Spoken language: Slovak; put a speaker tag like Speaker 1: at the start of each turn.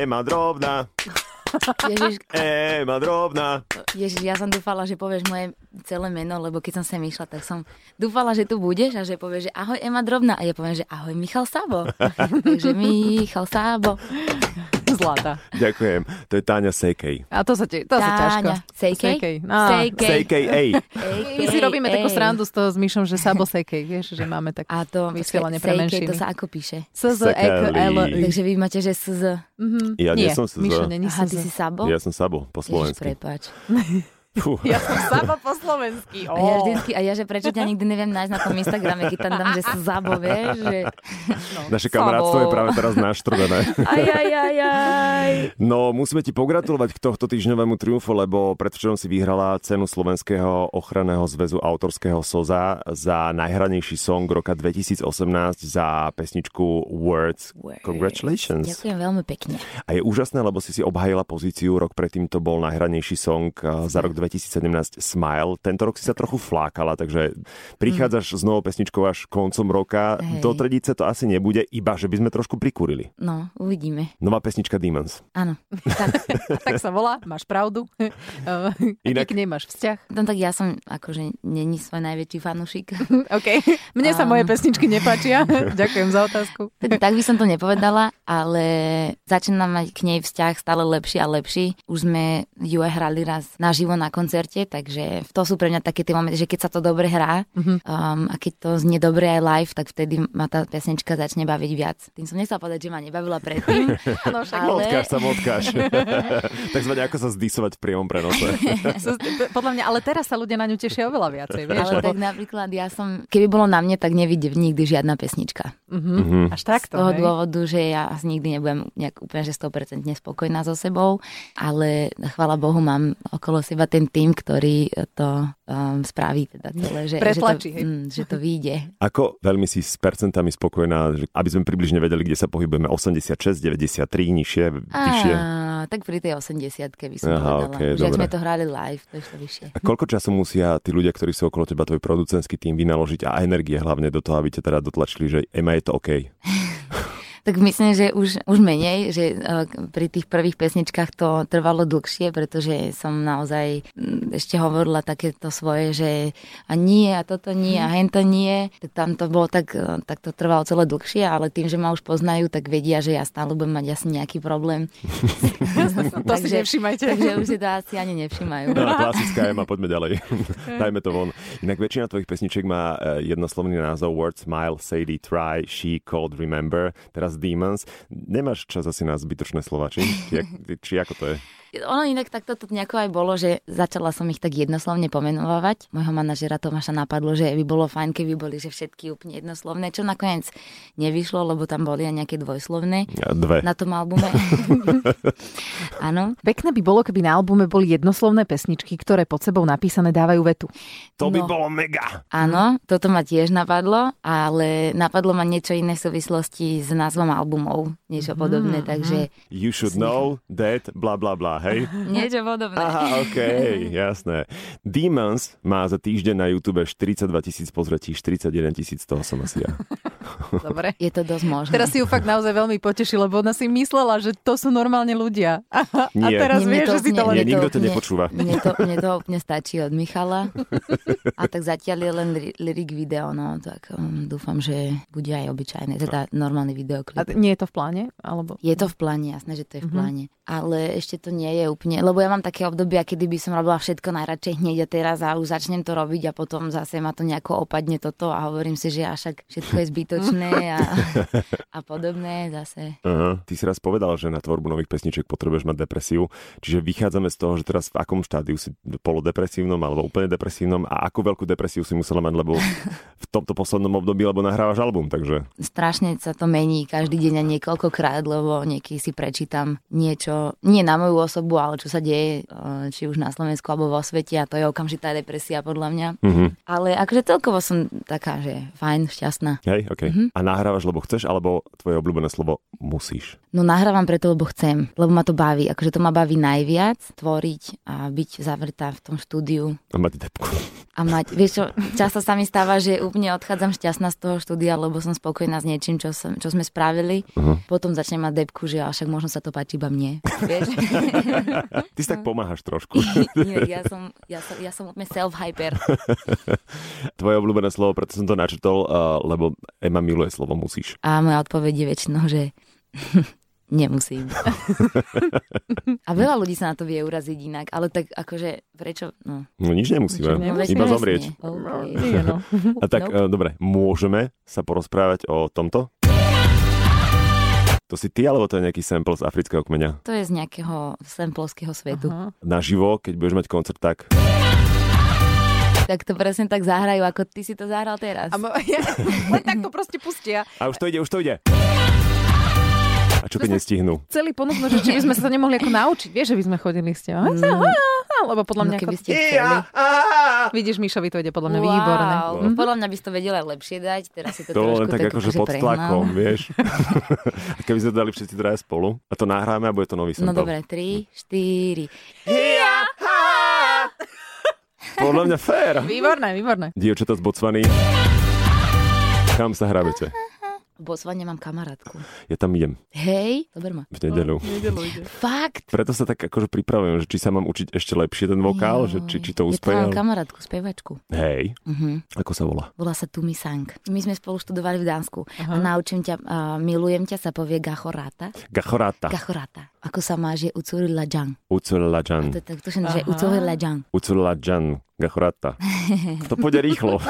Speaker 1: Ema drobná,
Speaker 2: Ježiš,
Speaker 1: Ema drobná.
Speaker 2: Ježiš, ja som dúfala, že povieš moje celé meno, lebo keď som sem išla, tak som dúfala, že tu budeš a že povieš, že ahoj Ema Drobná. A ja poviem, že ahoj Michal Sábo. Takže Michal Sábo.
Speaker 3: Zlata.
Speaker 1: Ďakujem. To je Táňa Sekej.
Speaker 3: A to sa, te, to sa
Speaker 2: Táňa.
Speaker 3: ťažko.
Speaker 2: Sejkej?
Speaker 3: Sekej. Á.
Speaker 2: Sejkej.
Speaker 1: Sekej, ej.
Speaker 3: My si robíme takú srandu z toho s Myšom, že Sabo Sekej, vieš, že máme tak
Speaker 2: A to, počkaj,
Speaker 3: vysielanie pre
Speaker 2: Sejkej,
Speaker 3: menšiny.
Speaker 2: to sa ako píše?
Speaker 3: SZ, EK, L, Mhm. I.
Speaker 2: Takže vy máte, že SZ.
Speaker 1: Ja nie,
Speaker 3: Nie,
Speaker 1: som SZ.
Speaker 3: Mišo, není
Speaker 2: Aha, ty
Speaker 3: SZ.
Speaker 2: si Sabo?
Speaker 1: Ja som Sabo, po
Speaker 2: Ježiš,
Speaker 1: slovensky.
Speaker 2: prepáč.
Speaker 1: Fú.
Speaker 3: Ja som Sabo po slovensky.
Speaker 2: A ja, vždycky, a ja, že prečo ťa nikdy neviem nájsť na tom Instagrame, keď tam dám, že Sabo, vieš? Že...
Speaker 1: Naše kamarátstvo je práve teraz naštvrvené.
Speaker 2: Aj, aj, aj, aj.
Speaker 1: No, musíme ti pogratulovať k tohto týždňovému triumfu, lebo predvčerom si vyhrala cenu Slovenského ochranného zväzu autorského SOZA za najhranejší song roka 2018 za pesničku Words.
Speaker 2: Words.
Speaker 1: Congratulations.
Speaker 2: Ďakujem veľmi pekne.
Speaker 1: A je úžasné, lebo si si obhajila pozíciu, rok predtým to bol najhranejší song eh, za rok 2017 Smile. Tento rok si sa trochu flákala, takže prichádzaš s novou pesničkou až koncom roka.
Speaker 2: Hej.
Speaker 1: Dotrediť sa to asi nebude, iba že by sme trošku prikurili.
Speaker 2: No, uvidíme.
Speaker 1: Nová pesnička Demons.
Speaker 2: Áno. Tak,
Speaker 3: Tak sa volá, máš pravdu. Inak...
Speaker 1: Inak-
Speaker 3: K nej máš vzťah.
Speaker 2: no tak ja som akože není svoj najväčší fanúšik.
Speaker 3: OK. Mne
Speaker 2: A-
Speaker 3: sa moje pesničky nepáčia. Ďakujem za otázku.
Speaker 2: Teda tak by som to nepovedala, ale začínam mať k nej vzťah stále lepší a lepší. Už sme ju aj hrali raz naživo na koncerte, takže to sú pre mňa také tie momenty, že keď sa to dobre hrá um, a keď to znie dobre aj live, tak vtedy ma tá pesnička začne baviť viac. Tým som nechcela povedať, že ma nebavila predtým,
Speaker 3: Áno, však.
Speaker 2: Ale-
Speaker 1: Odkáž sa, odkáž. Takzvané, ako sa zdisovať v priamom prenose.
Speaker 3: Podľa mňa, ale teraz sa ľudia na ňu tešia oveľa viacej, vieš?
Speaker 2: ale tak napríklad ja som, keby bolo na mne, tak nevidím nikdy žiadna pesnička.
Speaker 3: Mhm. Až
Speaker 2: z
Speaker 3: takto,
Speaker 2: toho
Speaker 3: hej?
Speaker 2: dôvodu, že ja asi nikdy nebudem nejak úplne, že 100% spokojná so sebou, ale chvála Bohu mám okolo seba ten tým, ktorý to um, spraví teda celé, že,
Speaker 3: Pretlačí,
Speaker 2: že,
Speaker 3: hej.
Speaker 2: to, mm, že to vyjde.
Speaker 1: Ako veľmi si s percentami spokojná, že aby sme približne vedeli, kde sa pohybujeme. 86, 93, nižšie,
Speaker 2: Á,
Speaker 1: vyššie.
Speaker 2: tak pri tej 80 by som
Speaker 1: Aha,
Speaker 2: povedala.
Speaker 1: okej,
Speaker 2: Už ak
Speaker 1: dobre.
Speaker 2: sme to hrali live, to išlo vyššie.
Speaker 1: A koľko času musia tí ľudia, ktorí sú okolo teba, tvoj producentský tým vynaložiť a energie hlavne do toho, aby ťa teda dotlačili, že Ema je to OK.
Speaker 2: Tak myslím, že už, už menej, že eh, pri tých prvých pesničkách to trvalo dlhšie, pretože som naozaj mm, ešte hovorila takéto svoje, že a nie, a toto nie, a hento nie. Tak tam to bolo tak, eh, tak to trvalo celé dlhšie, ale tým, že ma už poznajú, tak vedia, že ja stále budem mať asi nejaký problém.
Speaker 3: To si nevšímajte.
Speaker 2: Takže už si to asi ani nevšimajú.
Speaker 1: No, klasická Ema, poďme ďalej. Dajme to von. Inak väčšina tvojich pesničiek má eh, jednoslovný názov Word, Smile, Sadie, Try, She, Cold, Remember, teraz Demons. Nemáš čas asi na zbytočné slova, či, či, či ako to je?
Speaker 2: Ono inak takto to nejako aj bolo, že začala som ich tak jednoslovne pomenovať. Mojho manažera Tomáša napadlo, že by bolo fajn, keby boli že všetky úplne jednoslovné, čo nakoniec nevyšlo, lebo tam boli aj nejaké dvojslovné
Speaker 1: Dve.
Speaker 2: na tom albume. Áno,
Speaker 3: Pekné by bolo, keby na albume boli jednoslovné pesničky, ktoré pod sebou napísané dávajú vetu.
Speaker 1: To by
Speaker 2: No.
Speaker 1: bolo mega.
Speaker 2: áno, toto ma tiež napadlo, ale napadlo ma niečo iné v súvislosti s názvom albumov, niečo podobné, takže
Speaker 1: You should know that, bla bla bla, hej?
Speaker 2: niečo podobné.
Speaker 1: Aha, OK, jasné. Demons má za týždeň na YouTube 42 tisíc pozretí, 41 tisíc toho som asi ja.
Speaker 3: Dobre.
Speaker 2: Je to dosť možné.
Speaker 3: Teraz si ju fakt naozaj veľmi potešil, lebo ona si myslela, že to sú normálne ľudia. A, a
Speaker 1: Nie.
Speaker 3: teraz
Speaker 2: Nie, mne
Speaker 3: vie,
Speaker 2: to
Speaker 3: že si to
Speaker 2: úplne-
Speaker 3: len...
Speaker 1: Nie, nikto to
Speaker 2: mne-
Speaker 1: nepočúva.
Speaker 2: Mne to, mne to úplne stačí od Michala. A tak zatiaľ je len ly- lyric video, no tak um, dúfam, že bude aj obyčajné, teda normálny
Speaker 3: A Mhm.
Speaker 2: videoklip.
Speaker 3: nie je to v pláne? Alebo...
Speaker 2: Je to v pláne, jasné, že to je v pláne. Ale ešte to nie je úplne, lebo ja mám také obdobia, kedy by som robila všetko najradšej hneď a teraz a už začnem to robiť a potom zase ma to nejako opadne toto a hovorím si, že až všetko je zbytočné a, a podobné zase.
Speaker 1: Aha. Ty si raz povedal, že na tvorbu nových pesničiek potrebuješ mať depresiu, čiže vychádzame z toho, že teraz v akom štádiu si polodepresívnom alebo úplne depresívnom a akú veľkú depresiu si musela mať, lebo v tomto poslednom období, lebo nahrávaš album, takže
Speaker 2: strašne sa to mení každý deň a niekoľkokrát, lebo niekedy si prečítam niečo, nie na moju osobu, ale čo sa deje, e, či už na Slovensku alebo vo svete a to je okamžitá depresia podľa mňa.
Speaker 1: Mhm.
Speaker 2: Ale akože celkovo som taká, že fajn, šťastná.
Speaker 1: hej, OK. A nahrávaš, lebo chceš, alebo tvoje obľúbené slovo musíš.
Speaker 2: No nahrávam preto, lebo chcem, lebo ma to baví. Akože to ma baví najviac, tvoriť a byť zavretá v tom štúdiu
Speaker 1: A mať depku.
Speaker 2: a a mať, vieš čo, často sa mi stáva, že úplne odchádzam šťastná z toho štúdia, lebo som spokojná s niečím, čo, som, čo sme spravili. Uh-huh.
Speaker 1: Mhm.
Speaker 2: Potom začnem mať depku, že a však možno sa to páči iba mne. Vieš?
Speaker 1: Ty si tak pomáhaš trošku.
Speaker 2: Nie, ja som, ja som, ja som úplne self-hyper.
Speaker 1: Tvoje obľúbené slovo, preto som to načrtol, uh, lebo Ema miluje slovo musíš.
Speaker 2: A moja odpoveď je väčšinou, že Nemusím. a veľa ľudí sa na to vie uraziť inak, ale tak akože prečo? No,
Speaker 1: No nič nemusíme,
Speaker 3: Nič nemusíme.
Speaker 1: iba zomrieť.
Speaker 2: Okay.
Speaker 3: Nie, no.
Speaker 1: A tak,
Speaker 2: Nope.
Speaker 1: eh, dobre, môžeme sa porozprávať o tomto? To si ty, alebo to je nejaký sample z afrického kmeňa?
Speaker 2: To je z nejakého semplovského svetu.
Speaker 3: Aha.
Speaker 1: Naživo, keď budeš mať koncert, tak...
Speaker 2: Tak to presne tak zahrajú, ako ty si to zahral teraz.
Speaker 3: A mo- len tak to proste pustia.
Speaker 1: A už to ide, už to ide! A čo
Speaker 3: To sa-
Speaker 1: keď nestihnú?
Speaker 3: Celý ponúknu, že či by sme sa to nemohli ako naučiť. Vieš, že by sme chodili s tebou. Lebo podľa
Speaker 2: No
Speaker 3: mňa...
Speaker 2: keby
Speaker 3: ako-
Speaker 2: ste chceli.
Speaker 3: Vidíš, Mišovi to ide podľa mňa
Speaker 2: Wow.
Speaker 3: výborné.
Speaker 2: Mhm. Podľa mňa by si to vedela aj lepšie dať, teraz si to,
Speaker 1: To
Speaker 2: trošku
Speaker 1: len tak akože pod
Speaker 2: prehnal.
Speaker 1: tlakom, vieš. A keby sme to dali všetci traja spolu a to nahráme a bude to Hm. nový
Speaker 2: No
Speaker 1: sample.
Speaker 2: dobre, 3, 4.
Speaker 1: Podľa mňa fér.
Speaker 3: Výborné, výborné.
Speaker 1: Dievčatá z Botswany. Kam sa hrabete?
Speaker 2: V Botsvane mám kamarátku.
Speaker 1: Ja tam idem
Speaker 2: Hej, dober ma.
Speaker 1: v nedeľu.
Speaker 2: Fakt.
Speaker 1: Preto sa tak akože pripravujem, že či sa mám učiť ešte lepšie ten vokál, že či, či to
Speaker 2: Ja
Speaker 1: uspeje.
Speaker 2: tam mám kamarátku, spievačku.
Speaker 1: Hej,
Speaker 2: Mhm.
Speaker 1: ako sa volá?
Speaker 2: Volá sa Tumi Sang. My sme spolu študovali v Dánsku. A naučím ťa, a milujem ťa, sa povie Gachorata.
Speaker 1: Gachorata.
Speaker 2: Gachorata. Ako sa má, že Ucuri Lajang.
Speaker 1: Uculajan.
Speaker 2: To je tak, tuším, že
Speaker 3: Aha.
Speaker 2: Ucuri Lajang.
Speaker 1: Uculajan. Gachorata. To pôjde rýchlo.